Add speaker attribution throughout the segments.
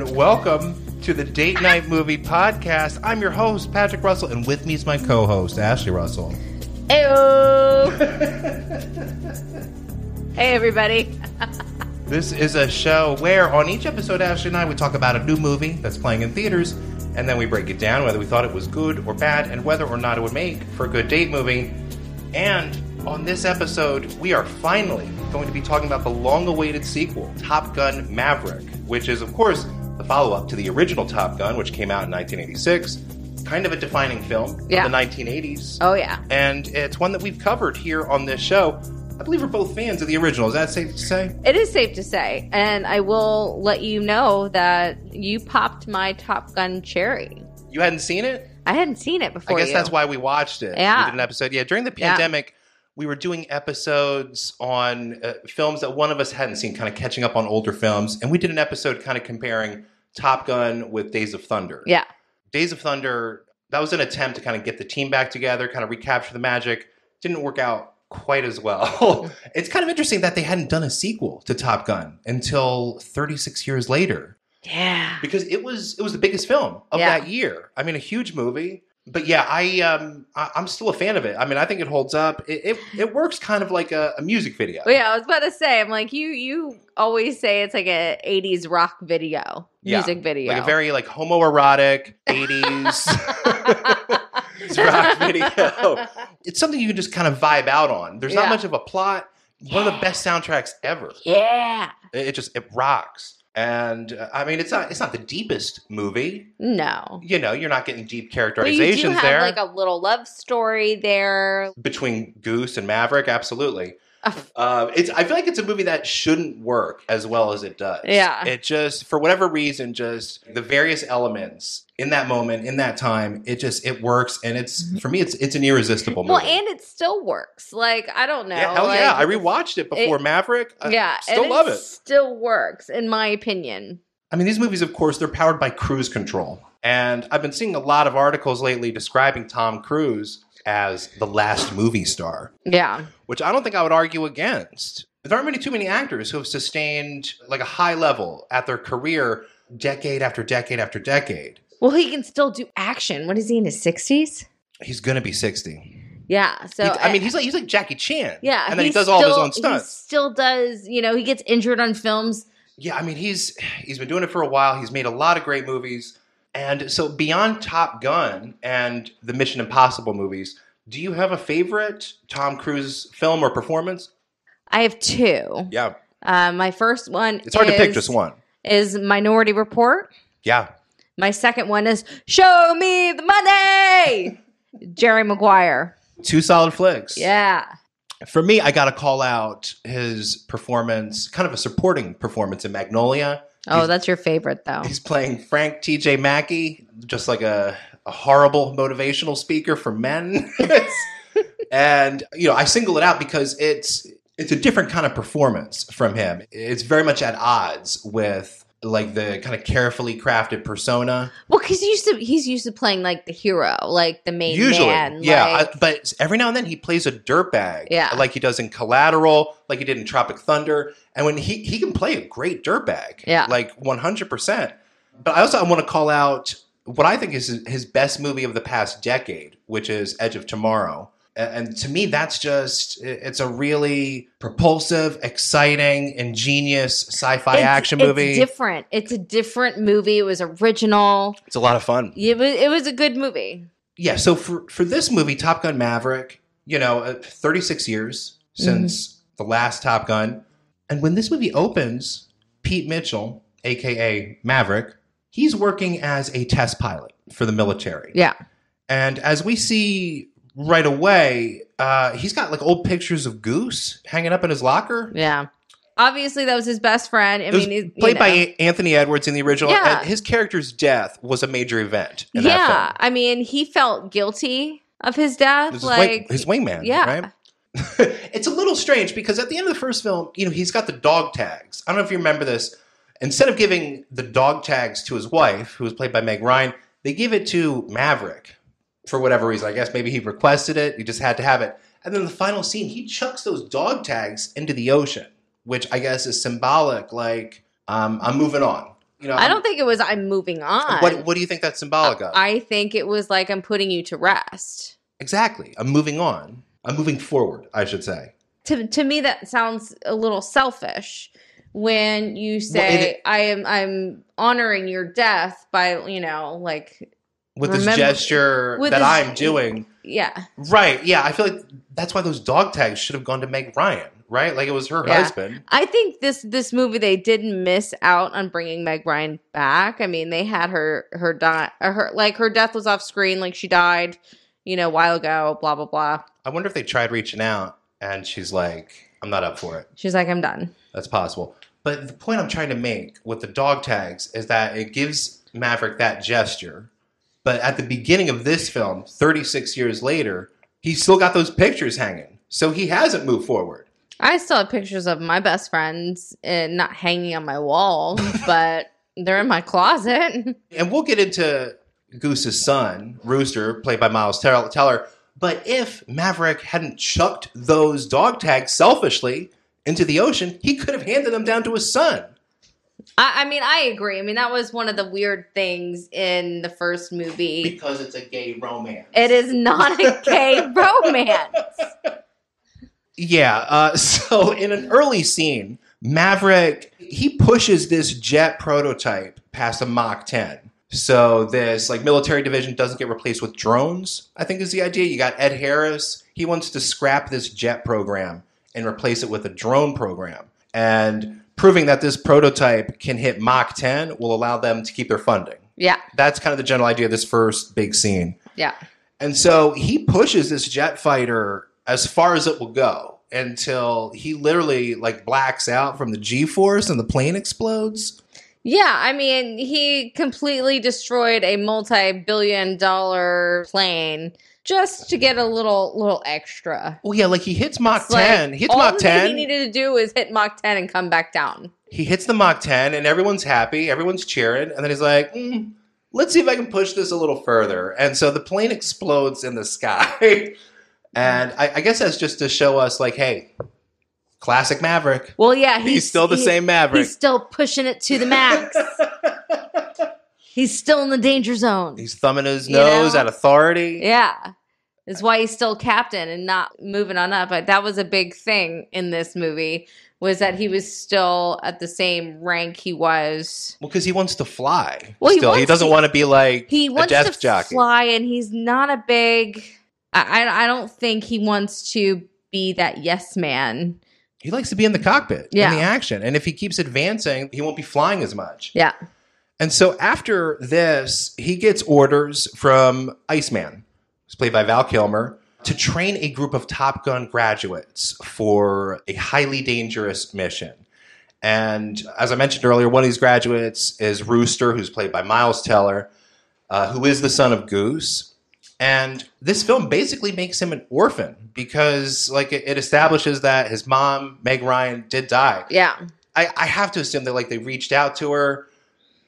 Speaker 1: welcome to the Date Night Movie Podcast. I'm your host, Patrick Russell, and with me is my co host, Ashley Russell.
Speaker 2: Ayo. hey, everybody.
Speaker 1: This is a show where on each episode, Ashley and I would talk about a new movie that's playing in theaters, and then we break it down whether we thought it was good or bad, and whether or not it would make for a good date movie. And on this episode, we are finally going to be talking about the long awaited sequel, Top Gun Maverick, which is, of course, the follow up to the original Top Gun, which came out in 1986. Kind of a defining film
Speaker 2: Yeah.
Speaker 1: of the 1980s.
Speaker 2: Oh, yeah.
Speaker 1: And it's one that we've covered here on this show. I believe we're both fans of the original. Is that safe to say?
Speaker 2: It is safe to say. And I will let you know that you popped my Top Gun cherry.
Speaker 1: You hadn't seen it?
Speaker 2: I hadn't seen it before.
Speaker 1: I guess
Speaker 2: you.
Speaker 1: that's why we watched it. We
Speaker 2: Yeah.
Speaker 1: did an episode. Yeah, during the
Speaker 2: Yeah.
Speaker 1: pandemic, we were doing episodes on uh, films that one of us hadn't seen, kind of catching up on older films. And we did an episode kind of comparing Top Gun with Days of Thunder.
Speaker 2: Yeah.
Speaker 1: Days of Thunder, that was an attempt to kind of get the team back together, kind of recapture the magic. Didn't work out quite as well. it's kind of interesting that they hadn't done a sequel to Top Gun until 36 years later
Speaker 2: Yeah.
Speaker 1: because it was it was the biggest film of
Speaker 2: Yeah.
Speaker 1: that year. I mean, a huge movie. But yeah, I um I, I'm still a fan of it. I mean, I think it holds up. It it, it works kind of like a, a music video.
Speaker 2: Well, yeah, I was about to say, I'm like, you you always say it's like a 80s rock video,
Speaker 1: Yeah.
Speaker 2: music video.
Speaker 1: Like a very like homoerotic 80s rock video. It's something you can just kind of vibe out on. There's not
Speaker 2: Yeah.
Speaker 1: much of a plot. One of the best soundtracks ever.
Speaker 2: Yeah.
Speaker 1: It, it just it rocks. And uh, I mean, it's not it's not the deepest movie.
Speaker 2: No.
Speaker 1: You know, you're not getting deep
Speaker 2: But you do
Speaker 1: characterizations
Speaker 2: have
Speaker 1: there.
Speaker 2: like a little love story there.
Speaker 1: between Goose and Maverick, absolutely. Uh, it's I feel like it's a movie that shouldn't work as well as it does.
Speaker 2: Yeah.
Speaker 1: it just for whatever reason, just the various elements in that moment, in that time, it just it works, and it's for me, it's it's an irresistible movie.
Speaker 2: Mm-hmm. Well, and it still works. Like I don't know.
Speaker 1: yeah, hell
Speaker 2: like,
Speaker 1: yeah, I rewatched it before Maverick. Uh, I
Speaker 2: yeah,
Speaker 1: still
Speaker 2: and
Speaker 1: love it.
Speaker 2: Still works, in my opinion.
Speaker 1: I mean, these movies, of course, they're powered by cruise control, and I've been seeing a lot of articles lately describing Tom Cruise as the last movie star.
Speaker 2: Yeah,
Speaker 1: which I don't think I would argue against. There aren't many too many actors who have sustained like a high level at their career decade after decade after decade.
Speaker 2: well, he can still do action. What is he in his sixties?
Speaker 1: He's gonna be sixty.
Speaker 2: Yeah, so
Speaker 1: He- I mean, he's like he's like Jackie Chan.
Speaker 2: yeah,
Speaker 1: and then he
Speaker 2: he's
Speaker 1: does all of his
Speaker 2: still-
Speaker 1: own stunts.
Speaker 2: He still does. You know, he gets injured on films.
Speaker 1: yeah, I mean, he's he's been doing it for a while. He's made a lot of great movies, and so beyond Top Gun and the Mission Impossible movies, do you have a favorite Tom Cruise film or performance?
Speaker 2: I have two.
Speaker 1: Yeah,
Speaker 2: Uh, my first one.
Speaker 1: it's hard to pick
Speaker 2: is-
Speaker 1: just one.
Speaker 2: Is Minority Report.
Speaker 1: Yeah,
Speaker 2: My second one is Show Me the Money. Jerry Maguire.
Speaker 1: two solid flicks.
Speaker 2: Yeah.
Speaker 1: For me, I got to call out his performance, kind of a supporting performance in Magnolia.
Speaker 2: Oh, that's your favorite though.
Speaker 1: He's playing Frank T.J. Mackey, just like a, a horrible motivational speaker for men. and you know, I single it out because it's it's a different kind of performance from him. It's very much at odds with like the kind of carefully crafted persona.
Speaker 2: Well, because he's used to he's used to playing like the hero, like the main
Speaker 1: Usually,
Speaker 2: man.
Speaker 1: yeah.
Speaker 2: like,
Speaker 1: I- but every now and then he plays a dirtbag,
Speaker 2: Yeah.
Speaker 1: like he does in Collateral, like he did in Tropic Thunder, and when he he can play a great dirtbag,
Speaker 2: Yeah.
Speaker 1: like one hundred percent. But I also I want to call out what I think is his best movie of the past decade, which is Edge of Tomorrow. A- And to me, that's just, it- it's a really propulsive, exciting, ingenious sci fi
Speaker 2: it's-
Speaker 1: action
Speaker 2: it's
Speaker 1: movie.
Speaker 2: different. It's a different movie. It was original.
Speaker 1: it's a lot of fun.
Speaker 2: It was it was a good movie.
Speaker 1: yeah so for for this movie top gun maverick you know uh, 36 years
Speaker 2: Mm-hmm.
Speaker 1: since the last top gun and when this movie opens pete mitchell aka maverick he's working as a test pilot for the military
Speaker 2: Yeah,
Speaker 1: and as we see right away uh, he's got like old pictures of goose hanging up in his locker
Speaker 2: yeah. Obviously, that was his best friend. I
Speaker 1: it was
Speaker 2: mean, he's- you
Speaker 1: played by
Speaker 2: know.
Speaker 1: A- Anthony Edwards in the original.
Speaker 2: Yeah.
Speaker 1: And his character's death was a major event. In that film.
Speaker 2: yeah. I mean, he felt guilty of his death.
Speaker 1: This is
Speaker 2: like
Speaker 1: his, wing, his wingman,
Speaker 2: yeah.
Speaker 1: right? it's a little strange because at the end of the first film, you know, he's got the dog tags. I don't know if you remember this. Instead of giving the dog tags to his wife, who was played by Meg Ryan, they give it to Maverick for whatever reason. I guess maybe he requested it. He just had to have it. And then the final scene, he chucks those dog tags into the ocean, which I guess is symbolic, like, um, I'm moving on. You know,
Speaker 2: I
Speaker 1: I'm-
Speaker 2: don't think it was I'm moving on.
Speaker 1: What What do you think that's symbolic of?
Speaker 2: I think it was like I'm putting you to rest.
Speaker 1: exactly. I'm moving on. I'm moving forward. I should say.
Speaker 2: To to me that sounds a little selfish when you
Speaker 1: Well, it-
Speaker 2: say I am I'm honoring your death by, you know, like
Speaker 1: With this
Speaker 2: Remember-
Speaker 1: gesture
Speaker 2: with
Speaker 1: that
Speaker 2: this-
Speaker 1: I'm doing,
Speaker 2: yeah.
Speaker 1: right? Yeah, I feel like that's why those dog tags should have gone to Meg Ryan, right? Like it was her
Speaker 2: Yeah.
Speaker 1: husband.
Speaker 2: I think this this movie they didn't miss out on bringing Meg Ryan back. I mean, they had her her die uh, her like her death was off screen, like she died, you know, a while ago. Blah blah blah.
Speaker 1: I wonder if they tried reaching out and she's like, "I'm not up for it."
Speaker 2: She's like, I'm done.
Speaker 1: That's possible. But the point I'm trying to make with the dog tags is that it gives Maverick that gesture. But at the beginning of this film, 36 years later, he's still got those pictures hanging. So he hasn't moved forward.
Speaker 2: I still have pictures of my best friends and not hanging on my wall, but they're in my closet.
Speaker 1: And we'll get into Goose's son, Rooster, played by Miles Tell- Teller. But if Maverick hadn't chucked those dog tags selfishly into the ocean, he could have handed them down to his son.
Speaker 2: I, I mean, I agree. I mean, that was one of the weird things in the first movie.
Speaker 1: Because it's a gay romance.
Speaker 2: It is not a gay romance.
Speaker 1: Yeah. Uh, so in an early scene, Maverick he pushes this jet prototype past a Mach 10. So this like military division doesn't get replaced with drones. I think is the idea. You got Ed Harris. He wants to scrap this jet program and replace it with a drone program. And proving that this prototype can hit Mach 10 will allow them to keep their funding.
Speaker 2: Yeah,
Speaker 1: That's kind of the general idea of this first big scene.
Speaker 2: yeah.
Speaker 1: And so he pushes this jet fighter as far as it will go until he literally like blacks out from the G force and the plane explodes.
Speaker 2: Yeah, I mean, he completely destroyed a multi-billion dollar plane just to get a little little extra.
Speaker 1: Well, yeah, like he hits Mach
Speaker 2: It's
Speaker 1: 10. he
Speaker 2: like,
Speaker 1: hits
Speaker 2: all
Speaker 1: Mach
Speaker 2: the thing
Speaker 1: 10.
Speaker 2: He needed to do is hit Mach 10 and come back down.
Speaker 1: he hits the Mach 10 and everyone's happy, everyone's cheering, and then he's like, "Mm, "Let's see if I can push this a little further." And so the plane explodes in the sky, and I, I guess that's just to show us, like, hey, classic Maverick.
Speaker 2: Well, yeah,
Speaker 1: He's, still the
Speaker 2: he-
Speaker 1: same Maverick.
Speaker 2: He's still pushing it to the max. he's still in the danger zone.
Speaker 1: He's thumbing his
Speaker 2: You
Speaker 1: nose
Speaker 2: know?
Speaker 1: at authority.
Speaker 2: yeah. That's why he's still captain and not moving on up. But that was a big thing in this movie was that
Speaker 1: Mm-hmm.
Speaker 2: he was still at the same rank he was.
Speaker 1: Well, because he wants to fly.
Speaker 2: Well, he
Speaker 1: still, he,
Speaker 2: wants-
Speaker 1: doesn't
Speaker 2: he-
Speaker 1: want to be like
Speaker 2: He
Speaker 1: a
Speaker 2: wants
Speaker 1: desk
Speaker 2: to
Speaker 1: jockey.
Speaker 2: fly, and he's not a big. I, I I don't think he wants to be that yes man.
Speaker 1: He likes to be in the cockpit,
Speaker 2: Yeah.
Speaker 1: in the action, and if he keeps advancing, he won't be flying as much.
Speaker 2: Yeah.
Speaker 1: And so after this, he gets orders from Iceman, who's played by Val Kilmer, to train a group of Top Gun graduates for a highly dangerous mission. And as I mentioned earlier, one of these graduates is Rooster, who's played by Miles Teller, uh, who is the son of Goose. And this film basically makes him an orphan because, like, it, it establishes that his mom, Meg Ryan, did die.
Speaker 2: Yeah.
Speaker 1: I, I have to assume that like they reached out to her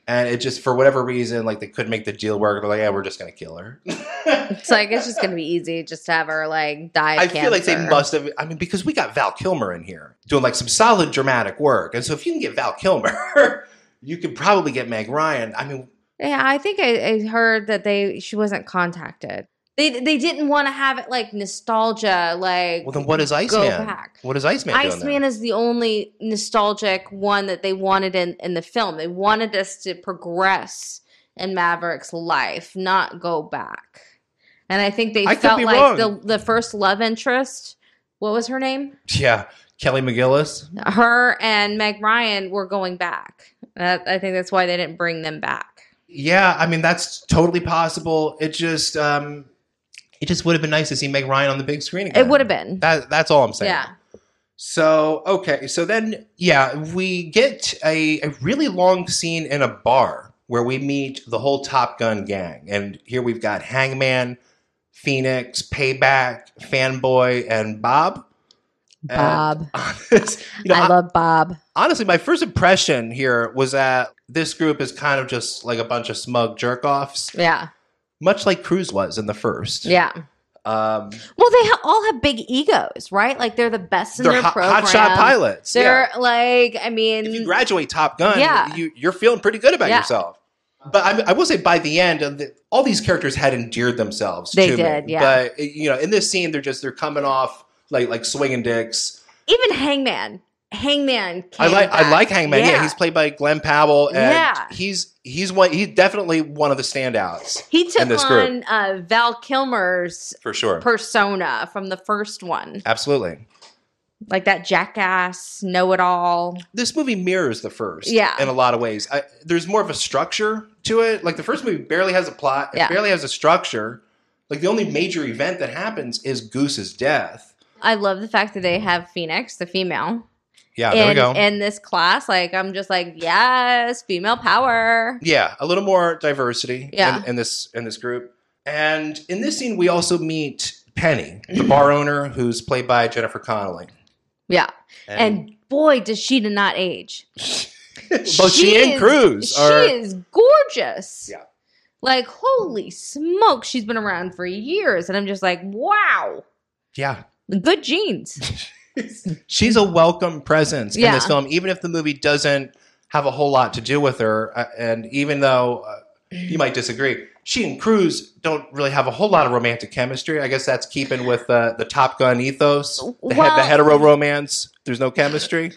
Speaker 1: and it just for whatever reason like they couldn't make the deal work they're like yeah we're just gonna kill her
Speaker 2: It's like it's just gonna be easy just to have her like die. Of
Speaker 1: i feel like they
Speaker 2: cancer.
Speaker 1: must have i mean because we got val kilmer in here doing like some solid dramatic work and so if you can get val kilmer you can probably get meg ryan i mean
Speaker 2: Yeah, I think I, I heard that they she wasn't contacted. They they didn't want to have it like nostalgia, like
Speaker 1: well then what is
Speaker 2: go
Speaker 1: iceman
Speaker 2: back.
Speaker 1: what is iceman doing there?
Speaker 2: Iceman is the only nostalgic one that they wanted in, in the film. They wanted us to progress in Maverick's life, not go back. And I think they
Speaker 1: I could
Speaker 2: felt
Speaker 1: be
Speaker 2: like
Speaker 1: wrong.
Speaker 2: the the first love interest, what was her name?
Speaker 1: yeah kelly mcgillis
Speaker 2: Her and Meg Ryan were going back. That, I think that's why they didn't bring them back.
Speaker 1: yeah i mean that's totally possible it just um it just would have been nice to see meg ryan on the big screen again
Speaker 2: It would have been.
Speaker 1: that, that's all i'm saying
Speaker 2: yeah.
Speaker 1: So, okay. So then, yeah, we get a, a really long scene in a bar where we meet the whole Top Gun gang. And here we've got Hangman, Phoenix, Payback, Fanboy, and Bob. And
Speaker 2: Bob.
Speaker 1: honest- you know,
Speaker 2: I love Bob.
Speaker 1: honestly, my first impression here was that this group is kind of just like a bunch of smug jerk offs,
Speaker 2: Yeah.
Speaker 1: much like Cruz was in the first.
Speaker 2: Yeah.
Speaker 3: Um,
Speaker 2: Well, they ha- all have big egos, right? Like they're the best in
Speaker 3: they're
Speaker 2: their
Speaker 3: hot,
Speaker 2: program.
Speaker 3: hotshot pilots.
Speaker 2: They're like, I mean,
Speaker 3: if you graduate Top Gun,
Speaker 2: Mm. Yeah.
Speaker 3: you, you're feeling pretty good about
Speaker 2: Yeah.
Speaker 3: yourself.
Speaker 1: But I, I will say, by the end, of the, all these characters had endeared themselves.
Speaker 2: They
Speaker 1: to
Speaker 2: did,
Speaker 1: me.
Speaker 2: yeah.
Speaker 1: But uh, you know, in this scene, they're just they're coming off like like swinging dicks.
Speaker 2: even Hangman, Hangman. Came
Speaker 1: I like I
Speaker 2: back.
Speaker 1: like Hangman. Yeah. he's played by Glenn Powell, and
Speaker 2: Yeah.
Speaker 1: he's he's one he's definitely one of the standouts
Speaker 2: he took
Speaker 1: in this group.
Speaker 2: on uh, Val Kilmer's
Speaker 1: for sure.
Speaker 2: persona from the first one,
Speaker 1: Absolutely,
Speaker 2: like that jackass know-it-all.
Speaker 1: this movie mirrors the first,
Speaker 2: Yeah.
Speaker 1: in a lot of ways. I, there's more of a structure to it. Like the first movie barely has a plot,
Speaker 2: Yeah.
Speaker 1: it barely has a structure. Like the only major event that happens is Goose's death.
Speaker 2: I love the fact that they have Phoenix, the female,
Speaker 1: Yeah,
Speaker 2: in,
Speaker 1: Ah, there we go.
Speaker 2: in this class. Like, I'm just like, yes, female power.
Speaker 1: yeah a little more diversity
Speaker 2: Yeah.
Speaker 1: in, in this in this group and in this scene we also meet penny the bar owner who's played by jennifer connelly
Speaker 2: Yeah, and, boy, does she did not age.
Speaker 1: both she,
Speaker 2: she
Speaker 1: and
Speaker 2: is-
Speaker 1: cruz
Speaker 2: She
Speaker 1: are
Speaker 2: is gorgeous.
Speaker 1: Yeah.
Speaker 2: Like, holy smoke, she's been around for years. And I'm just like, wow,
Speaker 1: yeah
Speaker 2: good genes.
Speaker 1: she's a welcome presence in this
Speaker 2: Yeah.
Speaker 1: film even if the movie doesn't have a whole lot to do with her uh, and even though uh, you might disagree she and cruz don't really have a whole lot of romantic chemistry i guess that's keeping with uh, the top gun ethos the, he- the
Speaker 2: Well-
Speaker 1: hetero romance there's no chemistry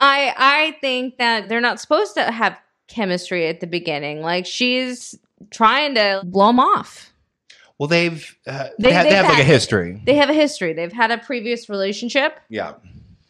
Speaker 2: I I think that they're not supposed to have chemistry at the beginning. Like, she's trying to blow him off.
Speaker 1: Well, they've uh, they,
Speaker 2: They-
Speaker 1: have, they
Speaker 2: they've
Speaker 1: have like a
Speaker 2: had-
Speaker 1: history.
Speaker 2: They have a history. They've had a previous relationship.
Speaker 1: Yeah,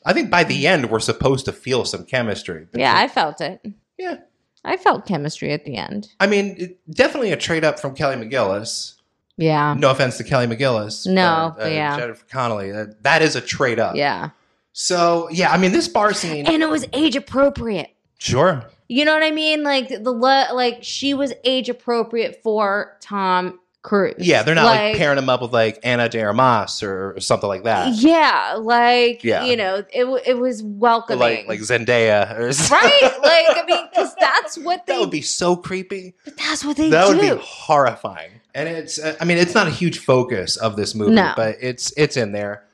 Speaker 1: I think by the end we're supposed to feel some chemistry. But-
Speaker 2: Yeah, I felt it.
Speaker 1: Yeah.
Speaker 2: I felt chemistry at the end.
Speaker 1: I mean, it, definitely a trade up from Kelly McGillis.
Speaker 2: Yeah.
Speaker 1: No offense to Kelly McGillis.
Speaker 2: No,
Speaker 1: but, uh,
Speaker 2: yeah.
Speaker 1: Jennifer Connelly. That, that is a trade up.
Speaker 2: Yeah.
Speaker 1: So yeah, I mean, this bar scene.
Speaker 2: And it was age appropriate.
Speaker 1: sure.
Speaker 2: You know what I mean? Like the le- like she was age appropriate for Tom Cruise.
Speaker 1: Yeah, they're not like, pairing him up with like Anna de Armas or, or something like that.
Speaker 2: Yeah, like
Speaker 1: Yeah.
Speaker 2: you know, it w- it was welcoming.
Speaker 1: Like like Zendaya or something.
Speaker 2: right? Like I mean, because that's what
Speaker 1: That
Speaker 2: they.
Speaker 1: would be so creepy.
Speaker 2: but that's what they
Speaker 1: that
Speaker 2: do.
Speaker 1: would be horrifying. And it's uh, I mean it's not a huge focus of this movie,
Speaker 2: No.
Speaker 1: but it's it's in there.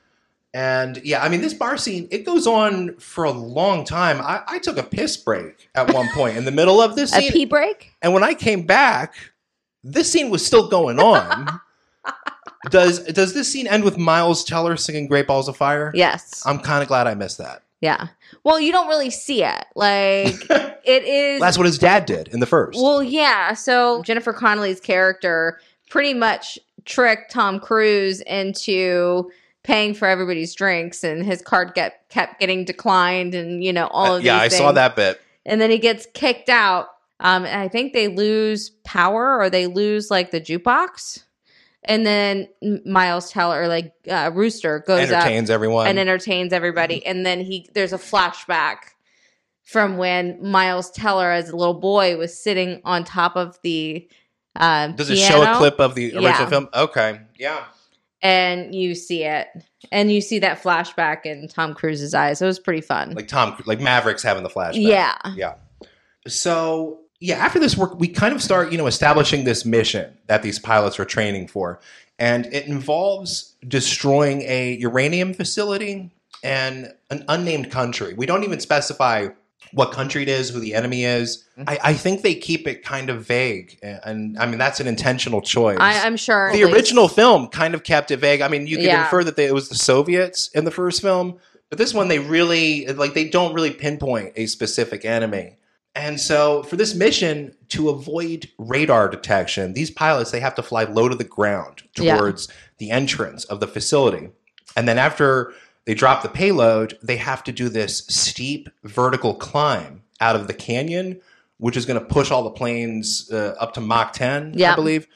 Speaker 1: And yeah, I mean this bar scene it goes on for a long time. I, I took a piss break at one point in the middle of this
Speaker 2: a
Speaker 1: scene,
Speaker 2: pee break.
Speaker 1: and when I came back, this scene was still going on. does does this scene end with Miles Teller singing "Great Balls of Fire"?
Speaker 2: Yes.
Speaker 1: I'm kind of glad I missed that.
Speaker 2: yeah. Well, you don't really see it. Like it is.
Speaker 1: That's what his dad did in the first.
Speaker 2: Well, yeah. So Jennifer Connelly's character pretty much tricked Tom Cruise into paying for everybody's drinks, and his card get, kept getting declined, and you know all
Speaker 1: Uh,
Speaker 2: of
Speaker 1: yeah, I
Speaker 2: these
Speaker 1: saw
Speaker 2: things.
Speaker 1: that bit.
Speaker 2: And then he gets kicked out. Um, and I think they lose power, or they lose like the jukebox. And then M- Miles Teller, or like uh, Rooster, goes up
Speaker 1: Entertains everyone.
Speaker 2: and entertains
Speaker 1: Mm-hmm.
Speaker 2: everybody. And then he there's a flashback from when Miles Teller, as a little boy, was sitting on top of the uh,
Speaker 1: Does it show a
Speaker 2: piano,
Speaker 1: clip of the original
Speaker 2: Yeah.
Speaker 1: film? Okay. Yeah.
Speaker 2: And you see it, and you see that flashback in Tom Cruise's eyes. It was pretty fun.
Speaker 1: Like Tom, like Mavericks having the flashback.
Speaker 2: yeah,
Speaker 1: So yeah, after this work, we kind of start, you know, establishing this mission that these pilots are training for, and it involves destroying a uranium facility and an unnamed country. We don't even specify what country it is, who the enemy is. I, I think they keep it kind of vague, and, and, I mean that's an intentional choice.
Speaker 2: I, I'm sure at
Speaker 1: the
Speaker 2: least-
Speaker 1: original film kind of kept it vague. I mean, you could
Speaker 2: Yeah.
Speaker 1: infer that they, it was the Soviets in the first film, but this one they really like they don't really pinpoint a specific enemy. And so, for this mission to avoid radar detection, these pilots they have to fly low to the ground
Speaker 2: Yeah.
Speaker 1: towards the entrance of the facility. And then after they drop the payload, they have to do this steep vertical climb out of the canyon, which is going to push all the planes uh, up to Mach 10, I
Speaker 2: Yeah.
Speaker 1: believe.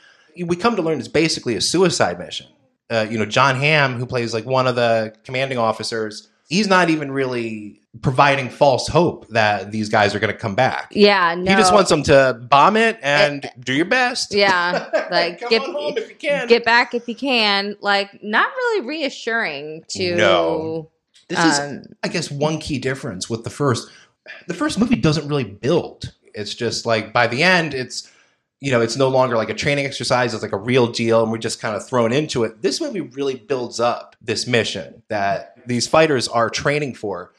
Speaker 1: We come to learn it's basically a suicide mission. Uh, you know, John Hamm, who plays like one of the commanding officers, he's not even really providing false hope that these guys are going to come back.
Speaker 2: Yeah, no. Eh,
Speaker 1: He just wants them to bomb it and do your best.
Speaker 2: Yeah, like
Speaker 1: come
Speaker 2: get
Speaker 1: on home if you can.
Speaker 2: get back if you can. Like not really reassuring to.
Speaker 1: No. this is
Speaker 2: um,
Speaker 1: I guess one key difference with the first the first movie doesn't really build. It's just like by the end it's you know, it's no longer like a training exercise, it's like a real deal, and we're just kind of thrown into it. This movie really builds up this mission that these fighters are training for.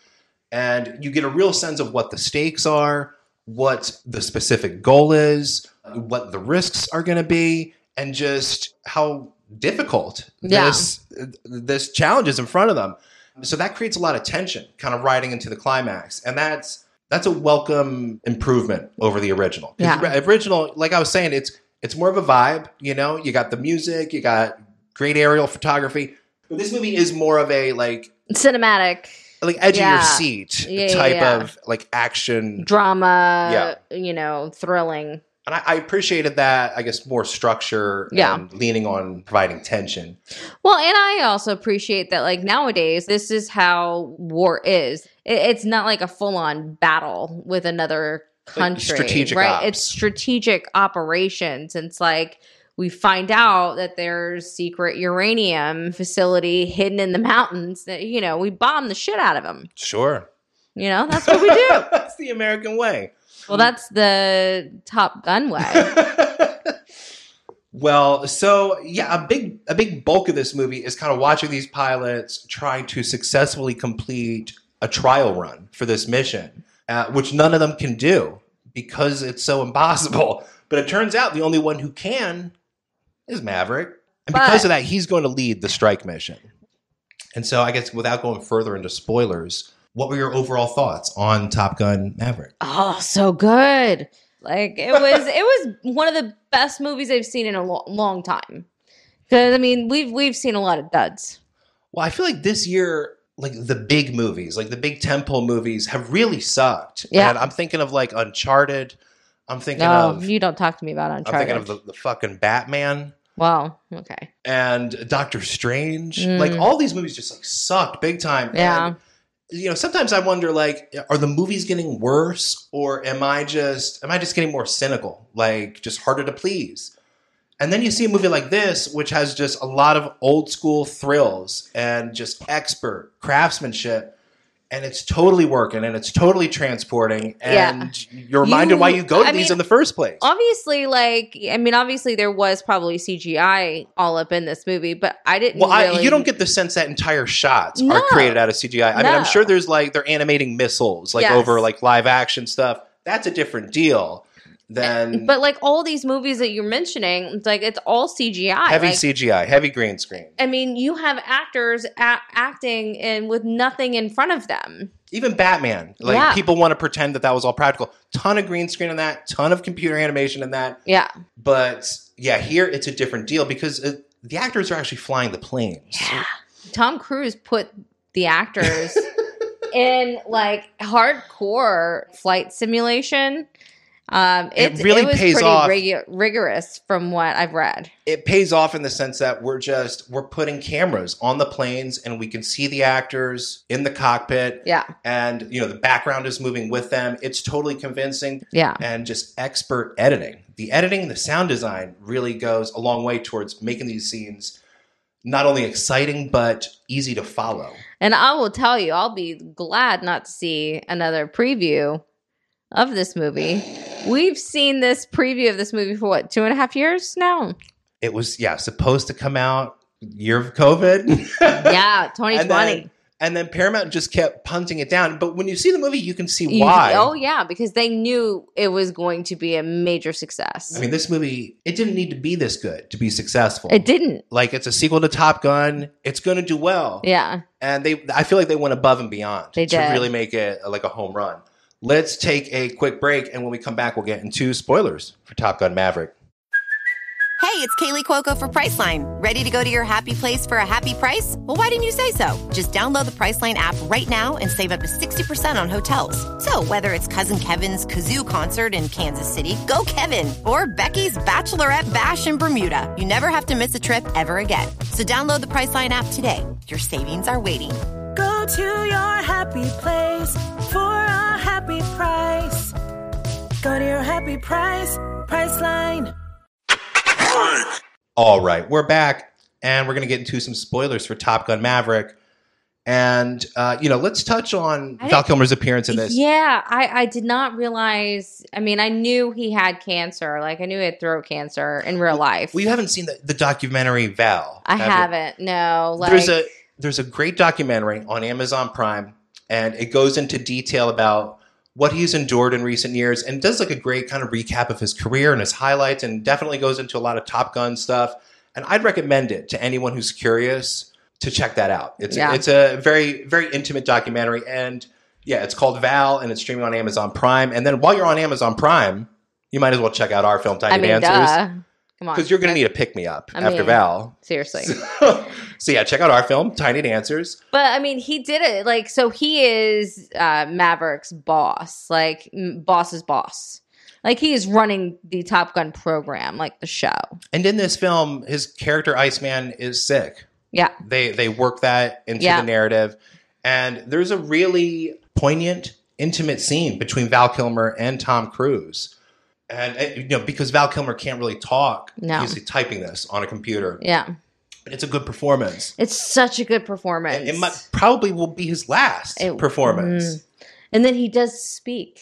Speaker 1: And you get a real sense of what the stakes are, what the specific goal is, what the risks are going to be, and just how difficult
Speaker 2: Yeah.
Speaker 1: this this challenge is in front of them. So that creates a lot of tension, kind of riding into the climax, and that's that's a welcome improvement over the original. 'Cause
Speaker 2: Yeah.
Speaker 1: the original, like I was saying, it's it's more of a vibe. You know, you got the music, you got great aerial photography. But this movie is more of a like
Speaker 2: Cinematic
Speaker 1: like edge of
Speaker 2: Yeah.
Speaker 1: your seat
Speaker 2: Yeah, yeah,
Speaker 1: type
Speaker 2: yeah.
Speaker 1: of like action
Speaker 2: drama, you know, thrilling.
Speaker 1: and I, I appreciated that. I guess more structure,
Speaker 2: Yeah.
Speaker 1: and leaning on providing tension.
Speaker 2: Well, and I also appreciate that, like, nowadays, this is how war is. It, it's not like a full on battle with another country.
Speaker 1: strategic
Speaker 2: right?
Speaker 1: ops.
Speaker 2: It's strategic operations. It's like we find out that there's secret uranium facility hidden in the mountains that, you know, we bomb the shit out of them.
Speaker 1: Sure,
Speaker 2: You know, that's what we do.
Speaker 1: that's the American way.
Speaker 2: well, that's the Top Gun way.
Speaker 1: well, so yeah, a big a big bulk of this movie is kind of watching these pilots trying to successfully complete a trial run for this mission, uh, which none of them can do because it's so impossible. But it turns out the only one who can is Maverick, and because
Speaker 2: But-
Speaker 1: of that, he's going to lead the strike mission. And so, I guess without going further into spoilers, what were your overall thoughts on Top Gun Maverick?
Speaker 2: oh, so good. Like it was it was one of the best movies I've seen in a lo- long time. Cuz I mean, we've we've seen a lot of duds.
Speaker 1: Well, I feel like this year, like the big movies, like the big temple movies, have really sucked.
Speaker 2: Yeah.
Speaker 1: and I'm thinking of like Uncharted. I'm thinking
Speaker 2: No,
Speaker 1: of
Speaker 2: Um, you don't talk to me about
Speaker 1: I'm
Speaker 2: Uncharted.
Speaker 1: thinking of the, the fucking Batman
Speaker 2: wow. Okay.
Speaker 1: and Doctor Strange.
Speaker 2: Mm.
Speaker 1: Like all these movies just like sucked big time.
Speaker 2: Yeah.
Speaker 1: And, you know, sometimes I wonder like, are the movies getting worse, or am I just am I just getting more cynical, like just harder to please? And then you see a movie like this, which has just a lot of old school thrills and just expert craftsmanship, and it's totally working and it's totally transporting, and you're reminded
Speaker 2: You-
Speaker 1: why you go to
Speaker 2: I
Speaker 1: these
Speaker 2: mean-
Speaker 1: in the first place.
Speaker 2: Obviously, like I mean, obviously there was probably CGI all up in this movie, but I didn't.
Speaker 1: Well, I,
Speaker 2: really-
Speaker 1: you don't get the sense that entire shots
Speaker 2: No.
Speaker 1: are created out of CGI. I mean, I'm
Speaker 2: No.
Speaker 1: sure there's like they're animating missiles like
Speaker 2: Yes.
Speaker 1: over like live action stuff. That's a different deal than
Speaker 2: But like all these movies that you're mentioning, it's like it's all CGI.
Speaker 1: heavy
Speaker 2: like,
Speaker 1: CGI, heavy green screen.
Speaker 2: I mean, you have actors a- acting and with nothing in front of them.
Speaker 1: Even Batman, like
Speaker 2: Yeah.
Speaker 1: people want to pretend that that was all practical. Ton of green screen in that, ton of computer animation in that.
Speaker 2: Yeah.
Speaker 1: But yeah, here it's a different deal because uh the actors are actually flying the planes.
Speaker 2: Tom Cruise put the actors in like hardcore flight simulation. Um, it, really pays off. rigorous from what I've read.
Speaker 1: it pays off in the sense that we're just we're putting cameras on the planes and we can see the actors in the cockpit
Speaker 2: Yeah.
Speaker 1: and you know the background is moving with them it's totally convincing
Speaker 2: Yeah.
Speaker 1: and just expert editing the editing the sound design really goes a long way towards making these scenes not only exciting but easy to follow
Speaker 2: And I will tell you, I'll be glad not to see another preview of this movie. We've seen this preview of this movie for what, two and a half years now?
Speaker 1: it was yeah supposed to come out year of covid
Speaker 2: Yeah, 2020.
Speaker 1: and then, and then paramount just kept punting it down but when you see the movie you can see
Speaker 2: You-
Speaker 1: why
Speaker 2: Oh yeah, because they knew it was going to be a major success.
Speaker 1: I mean, this movie, it didn't need to be this good to be successful.
Speaker 2: it didn't.
Speaker 1: like it's a sequel to Top Gun. It's going to do well.
Speaker 2: Yeah.
Speaker 1: And they I feel like they went above and beyond
Speaker 2: They
Speaker 1: to
Speaker 2: did.
Speaker 1: really make it uh, like a home run. Let's take a quick break and when we come back we'll get into spoilers for Top Gun Maverick.
Speaker 4: Hey, it's Kaylee Cuoco for Priceline. Ready to go to your happy place for a happy price? Well, why didn't you say so? Just download the Priceline app right now and save up to 60% on hotels. So, whether it's Cousin Kevin's Kazoo concert in Kansas City, go Kevin, or Becky's Bachelorette Bash in Bermuda, you never have to miss a trip ever again. So, download the Priceline app today. Your savings are waiting.
Speaker 5: Go to your happy place for a happy price. Go to your happy price, Priceline.
Speaker 1: All right, we're back and we're going to get into some spoilers for Top Gun Maverick.
Speaker 3: And uh, you know, let's touch on
Speaker 2: I
Speaker 3: Val
Speaker 2: didn't-
Speaker 3: Kilmer's appearance in this.
Speaker 2: Yeah, I, I did not realize. I mean, I knew he had cancer. Like, I knew he had throat cancer in real life.
Speaker 1: We haven't seen the, the documentary Val.
Speaker 2: I
Speaker 1: have we?
Speaker 2: haven't. No. Like,
Speaker 3: There's a
Speaker 1: There's a great documentary on Amazon Prime, and it goes into detail about what he's endured in recent years and does like a great kind of recap of his career and his highlights, and definitely goes into a lot of Top Gun stuff. And I'd recommend it to anyone who's curious to check that out. It's
Speaker 2: Yeah.
Speaker 1: it's a very very intimate documentary, and yeah, it's called Val, and it's streaming on Amazon Prime. And then while you're on Amazon Prime, you might as well check out our film, Tiny
Speaker 2: I mean,
Speaker 1: Dancers.
Speaker 2: duh. Come on.
Speaker 1: because you're going to need a pick me up
Speaker 2: I
Speaker 1: after
Speaker 2: mean-
Speaker 1: Val.
Speaker 2: seriously.
Speaker 1: so yeah, check out our film, Tiny Dancers.
Speaker 2: But I mean, he did it. Like, so he is uh, Maverick's boss, like m- boss's boss. Like he is running the Top Gun program, like the show.
Speaker 1: And in this film, his character Iceman is sick.
Speaker 2: Yeah.
Speaker 1: They they work that into
Speaker 2: Yeah.
Speaker 1: the narrative, and there's a really poignant, intimate scene between Val Kilmer and Tom Cruise. And uh, you know, because Val Kilmer can't really talk,
Speaker 2: No.
Speaker 1: he's typing this on a computer.
Speaker 2: Yeah,
Speaker 1: But it's a good performance.
Speaker 2: it's such a good performance.
Speaker 1: And it might, probably will be his last
Speaker 2: It-
Speaker 1: performance.
Speaker 2: Mm. And then he does speak.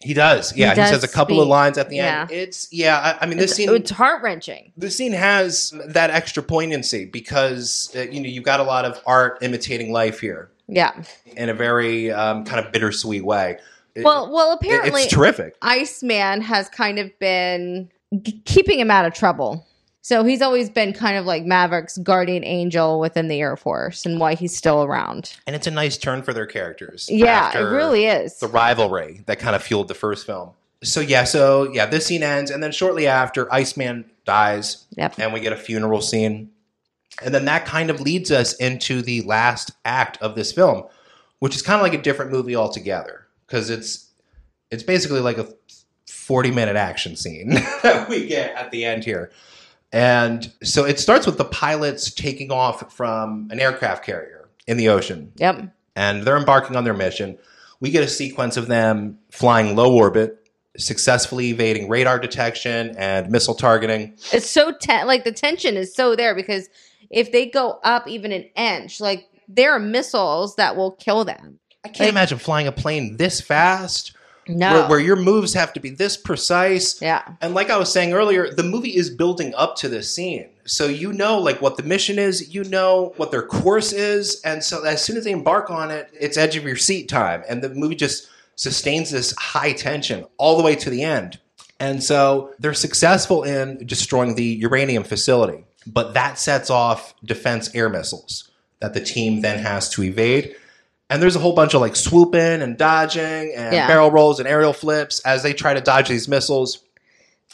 Speaker 1: He does. Yeah, he,
Speaker 2: does
Speaker 1: says a couple of
Speaker 2: speak.
Speaker 1: lines at the
Speaker 2: Yeah.
Speaker 1: end. It's yeah. I, I mean, this
Speaker 2: It's,
Speaker 1: scene
Speaker 2: it's heart wrenching.
Speaker 1: the scene has that extra poignancy because uh, you know you've got a lot of art imitating life here
Speaker 2: Yeah.
Speaker 1: in a very um, kind of bittersweet way. It-
Speaker 2: Well, well,
Speaker 1: it-
Speaker 2: apparently,
Speaker 1: it's terrific.
Speaker 2: Iceman has kind of been g- keeping him out of trouble. So he's always been kind of like Maverick's guardian angel within the Air Force and why he's still around.
Speaker 1: And it's a nice turn for their characters.
Speaker 2: Yeah, it
Speaker 1: after
Speaker 2: really is.
Speaker 1: The rivalry that kind of fueled the first film. So yeah, so yeah, this scene ends, and then shortly after, Iceman dies,
Speaker 2: Yep.
Speaker 1: and we get a funeral scene, and then that kind of leads us into the last act of this film, which is kind of like a different movie altogether because it's it's basically like a forty minute action scene that we get at the end here, and so it starts with the pilots taking off from an aircraft carrier in the ocean,
Speaker 2: Yep.
Speaker 1: and they're embarking on their mission. We get a sequence of them flying low orbit, successfully evading radar detection and missile targeting.
Speaker 2: It's so te- like the tension is so there because if they go up even an inch, like there are missiles that will kill them.
Speaker 1: I can't imagine flying a plane this fast,
Speaker 2: No.
Speaker 1: where, where your moves have to be this precise.
Speaker 2: yeah.
Speaker 1: And like I was saying earlier, the movie is building up to this scene. So you know like what the mission is, you know what their course is, and so as soon as they embark on it, it's edge of your seat time. And the movie just sustains this high tension all the way to the end. And so they're successful in destroying the uranium facility, but that sets off defense air missiles that the team then has to evade. And there's a whole bunch of like swooping and dodging and
Speaker 2: Yeah.
Speaker 1: barrel rolls and aerial flips as they try to dodge these missiles.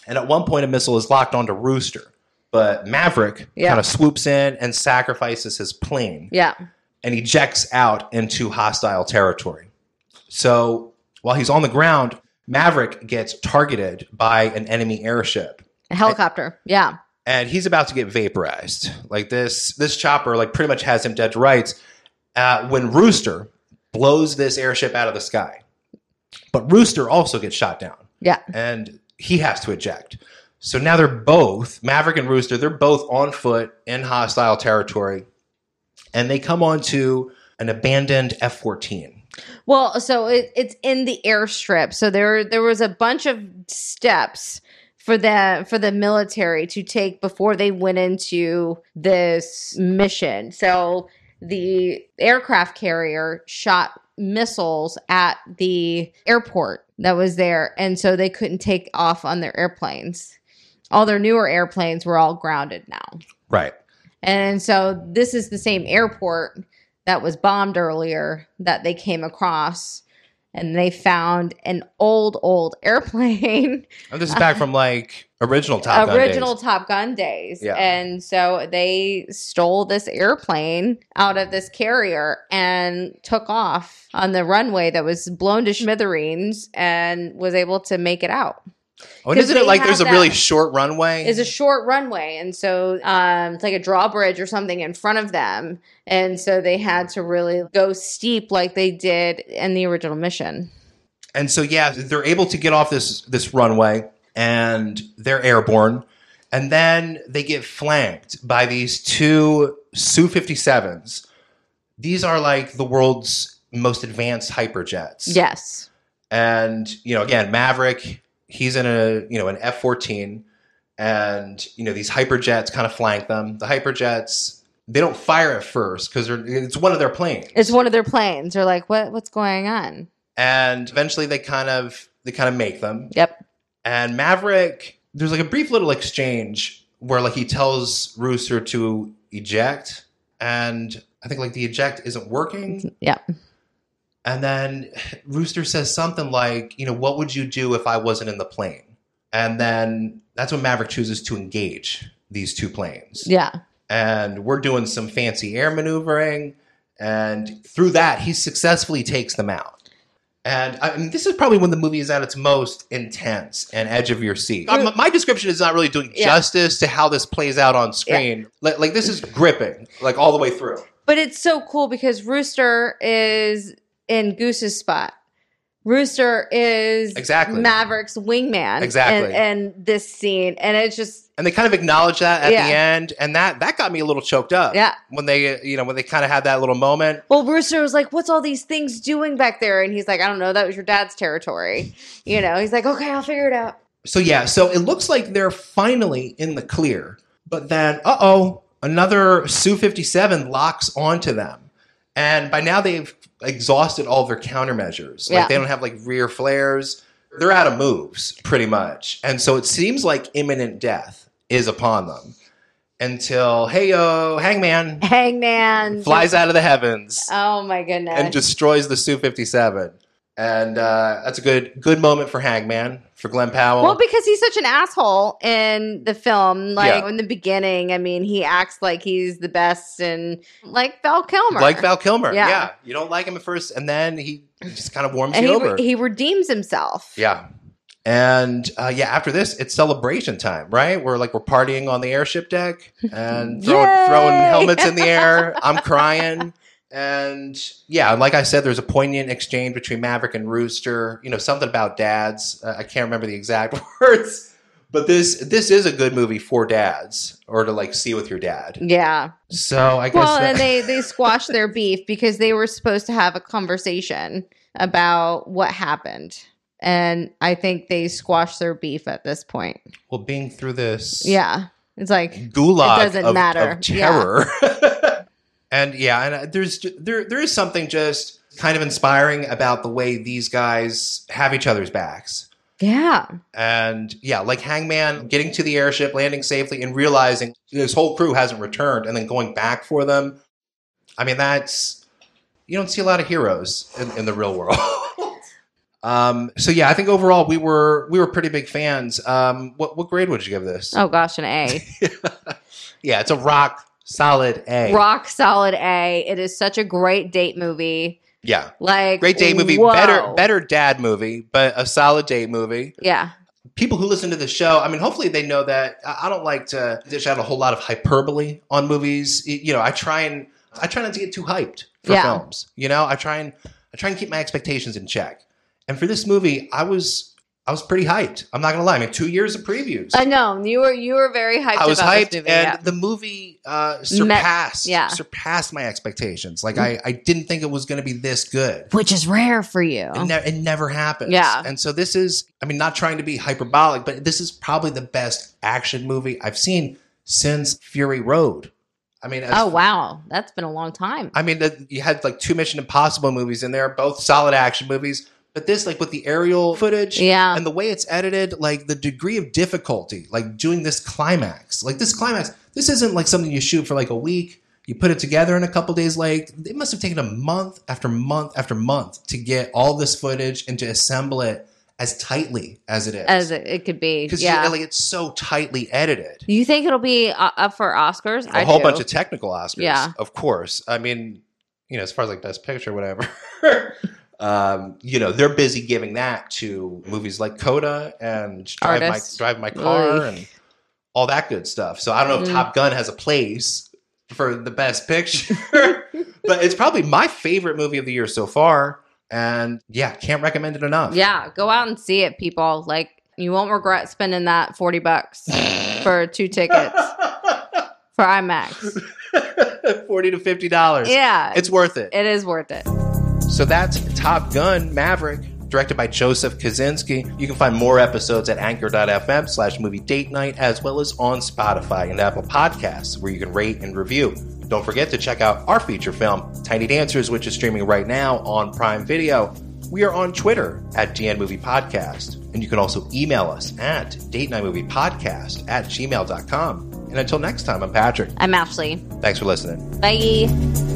Speaker 1: And at one point, a missile is locked onto Rooster, but Maverick
Speaker 2: Yeah.
Speaker 1: kind of swoops in and sacrifices his plane
Speaker 2: Yeah.
Speaker 1: and ejects out into hostile territory. So while he's on the ground, Maverick gets targeted by an enemy airship
Speaker 2: A helicopter. yeah.
Speaker 1: and he's about to get vaporized. Like this, this chopper like pretty much has him dead to rights. Uh, when Rooster blows this airship out of the sky, but Rooster also gets shot down,
Speaker 2: Yeah.
Speaker 1: and he has to eject. So now they're both Maverick and Rooster. They're both on foot in hostile territory, and they come onto an abandoned F fourteen.
Speaker 2: Well, so it, it's in the airstrip. So there there was a bunch of steps for the for the military to take before they went into this mission. So the aircraft carrier shot missiles at the airport that was there and so they couldn't take off on their airplanes. All their newer airplanes were all grounded now.
Speaker 1: Right.
Speaker 2: And so this is the same airport that was bombed earlier that they came across and they found an old old airplane
Speaker 1: And this is back from like original Top Gun days.
Speaker 2: original top gun days
Speaker 1: Yeah.
Speaker 2: and so they stole this airplane out of this carrier and took off on the runway that was blown to smithereens and was able to make it out
Speaker 1: Oh, and isn't
Speaker 2: they
Speaker 1: it like
Speaker 2: have
Speaker 1: there's a
Speaker 2: that-
Speaker 1: really short runway?
Speaker 2: is a short runway and so um, it's like a drawbridge or something in front of them and so they had to really go steep like they did in the original mission
Speaker 1: and so yeah, they're able to get off this this runway and they're airborne. And then they get flanked by these two Su 57s These are like the world's most advanced hyperjets.
Speaker 2: Yes.
Speaker 1: And, you know, again, Maverick, he's in a, you know, an F 14. And, you know, these hyperjets kind of flank them. The hyperjets, they don't fire at first because it's one of their planes.
Speaker 2: It's one of their planes. They're like, what? What's going on?
Speaker 1: and eventually they kind of they kind of make them
Speaker 2: Yep.
Speaker 1: and maverick there's like a brief little exchange where like he tells rooster to eject and i think like the eject isn't working
Speaker 2: Yep.
Speaker 1: and then rooster says something like you know what would you do if i wasn't in the plane and then that's when maverick chooses to engage these two planes
Speaker 2: Yeah.
Speaker 1: and we're doing some fancy air maneuvering. And through that, he successfully takes them out. And I mean, this is probably when the movie is at its most intense and edge of your seat. Um, my description is not really doing
Speaker 2: Yeah.
Speaker 1: justice to how this plays out on screen. Like, like, this is gripping, like all the way through.
Speaker 2: But it's so cool because Rooster is in Goose's spot. Rooster is
Speaker 1: Exactly.
Speaker 2: Maverick's wingman.
Speaker 1: Exactly.
Speaker 2: And, and this scene. And it's just,
Speaker 1: And they kind of acknowledge that at
Speaker 2: Yeah.
Speaker 1: the end, and that that got me a little choked up.
Speaker 2: Yeah.
Speaker 1: when they, you know, when they kind of had that little moment.
Speaker 2: well, Rooster was like, what's all these things doing back there? And he's like, I don't know. That was your dad's territory. You know, he's like, okay, I'll figure it out.
Speaker 1: So yeah, so it looks like they're finally in the clear, but then uh oh, another Su fifty seven locks onto them, and by now they've exhausted all their countermeasures. Like
Speaker 2: Yeah.
Speaker 1: they don't have like rear flares; they're out of moves pretty much, and so it seems like imminent death is upon them until hey yo, Hangman
Speaker 2: Hangman.
Speaker 1: flies out of the heavens
Speaker 2: Oh my goodness.
Speaker 1: and destroys the Su fifty seven, and uh, that's a good good moment for Hangman for Glenn Powell.
Speaker 2: Well, because he's such an asshole in the film. Like
Speaker 1: Yeah.
Speaker 2: in the beginning, I mean, he acts like he's the best and like Val Kilmer.
Speaker 1: Like Val Kilmer.
Speaker 2: Yeah.
Speaker 1: Yeah. You don't like him at first, and then he just kind of warms
Speaker 2: and
Speaker 1: you
Speaker 2: he,
Speaker 1: over.
Speaker 2: re- he redeems himself.
Speaker 1: yeah. And uh, yeah, after this, it's celebration time, right? We're like we're partying on the airship deck and throwing,
Speaker 2: Yay!
Speaker 1: throwing helmets in the air. I'm crying. And yeah, like I said, there's a poignant exchange between Maverick and Rooster. You know, something about dads. Uh, I can't remember the exact words, but this this is a good movie for dads or to like see with your dad.
Speaker 2: Yeah.
Speaker 1: So I guess
Speaker 2: Well,
Speaker 1: that-
Speaker 2: and they they squashed their beef because they were supposed to have a conversation about what happened. And I think they squashed their beef at this point.
Speaker 1: well being through this.
Speaker 2: Yeah. It's like
Speaker 1: gulag
Speaker 2: It doesn't
Speaker 1: of,
Speaker 2: matter.
Speaker 1: of terror. and yeah, and uh, there's ju- there there is something just kind of inspiring about the way these guys have each other's backs.
Speaker 2: yeah.
Speaker 1: And yeah, like Hangman getting to the airship, landing safely, and realizing his whole crew hasn't returned, and then going back for them. I mean, that's you don't see a lot of heroes in, in the real world. um, so yeah, I think overall we were we were pretty big fans. Um, what what grade would you give this?
Speaker 2: Oh gosh, an A.
Speaker 1: Yeah, it's a rock solid A.
Speaker 2: Rock solid A. It is such a great date movie.
Speaker 1: Yeah.
Speaker 2: Like
Speaker 1: Great date movie,
Speaker 2: whoa.
Speaker 1: better better dad movie, but a solid date movie.
Speaker 2: Yeah.
Speaker 1: People who listen to the show, I mean, hopefully they know that I I don't like to dish out a whole lot of hyperbole on movies. Y- You know, I try and I try not to get too hyped for
Speaker 2: Yeah.
Speaker 1: films. You know, I try and I try and keep my expectations in check. And for this movie, I was I was pretty hyped. I'm not gonna lie. I mean, two years of previews.
Speaker 2: I know. You were you were very hyped
Speaker 1: I was
Speaker 2: about
Speaker 1: hyped,
Speaker 2: this movie.
Speaker 1: and
Speaker 2: yeah.
Speaker 1: the movie uh, surpassed
Speaker 2: yeah. Mm.
Speaker 1: surpassed my expectations. Like I, I didn't think it was going to be this good.
Speaker 2: Which is rare for you.
Speaker 1: It, ne- it never happens.
Speaker 2: Yeah.
Speaker 1: and so this is. I mean, not trying to be hyperbolic, but this is probably the best action movie I've seen since Fury Road. I mean, as-
Speaker 2: Oh wow. That's been a long time.
Speaker 1: I mean, that you had like two Mission Impossible movies in there, both solid action movies. But this, like with the aerial footage,
Speaker 2: Yeah.
Speaker 1: and the way it's edited, like the degree of difficulty, like doing this climax, like this climax, this isn't like something you shoot for like a week. You put it together in a couple days. Like it must have taken a month after month after month to get all this footage and to assemble it as tightly as it is.
Speaker 2: as it, it could be.
Speaker 1: because
Speaker 2: Yeah.
Speaker 1: like it's so tightly edited.
Speaker 2: Do you think it'll be uh, up for Oscars?
Speaker 1: a
Speaker 2: I
Speaker 1: whole
Speaker 2: do.
Speaker 1: bunch of technical Oscars.
Speaker 2: Yeah.
Speaker 1: of course. I mean, you know, as far as like Best Picture, whatever. um, you know, they're busy giving that to movies like Coda and Drive
Speaker 2: Artists.
Speaker 1: My Drive My Car
Speaker 2: Ugh.
Speaker 1: and all that good stuff. So I don't know if
Speaker 2: Mm.
Speaker 1: Top Gun has a place for the Best Picture, but it's probably my favorite movie of the year so far. And yeah, can't recommend it enough.
Speaker 2: Yeah, go out and see it, people. Like you won't regret spending that forty bucks for two tickets for IMAX.
Speaker 1: Forty to fifty dollars.
Speaker 2: Yeah.
Speaker 1: It's worth it.
Speaker 2: It is worth it.
Speaker 1: So that's Top Gun Maverick, directed by Joseph Kaczynski. You can find more episodes at anchor.fm slash movie date night, as well as on Spotify and Apple Podcasts, where you can rate and review. Don't forget to check out our feature film, Tiny Dancers, which is streaming right now on Prime Video. We are on Twitter at DN Movie Podcast, and you can also email us at date night movie podcast at gmail.com. And until next time, I'm Patrick.
Speaker 2: I'm Ashley.
Speaker 1: Thanks for listening.
Speaker 2: Bye.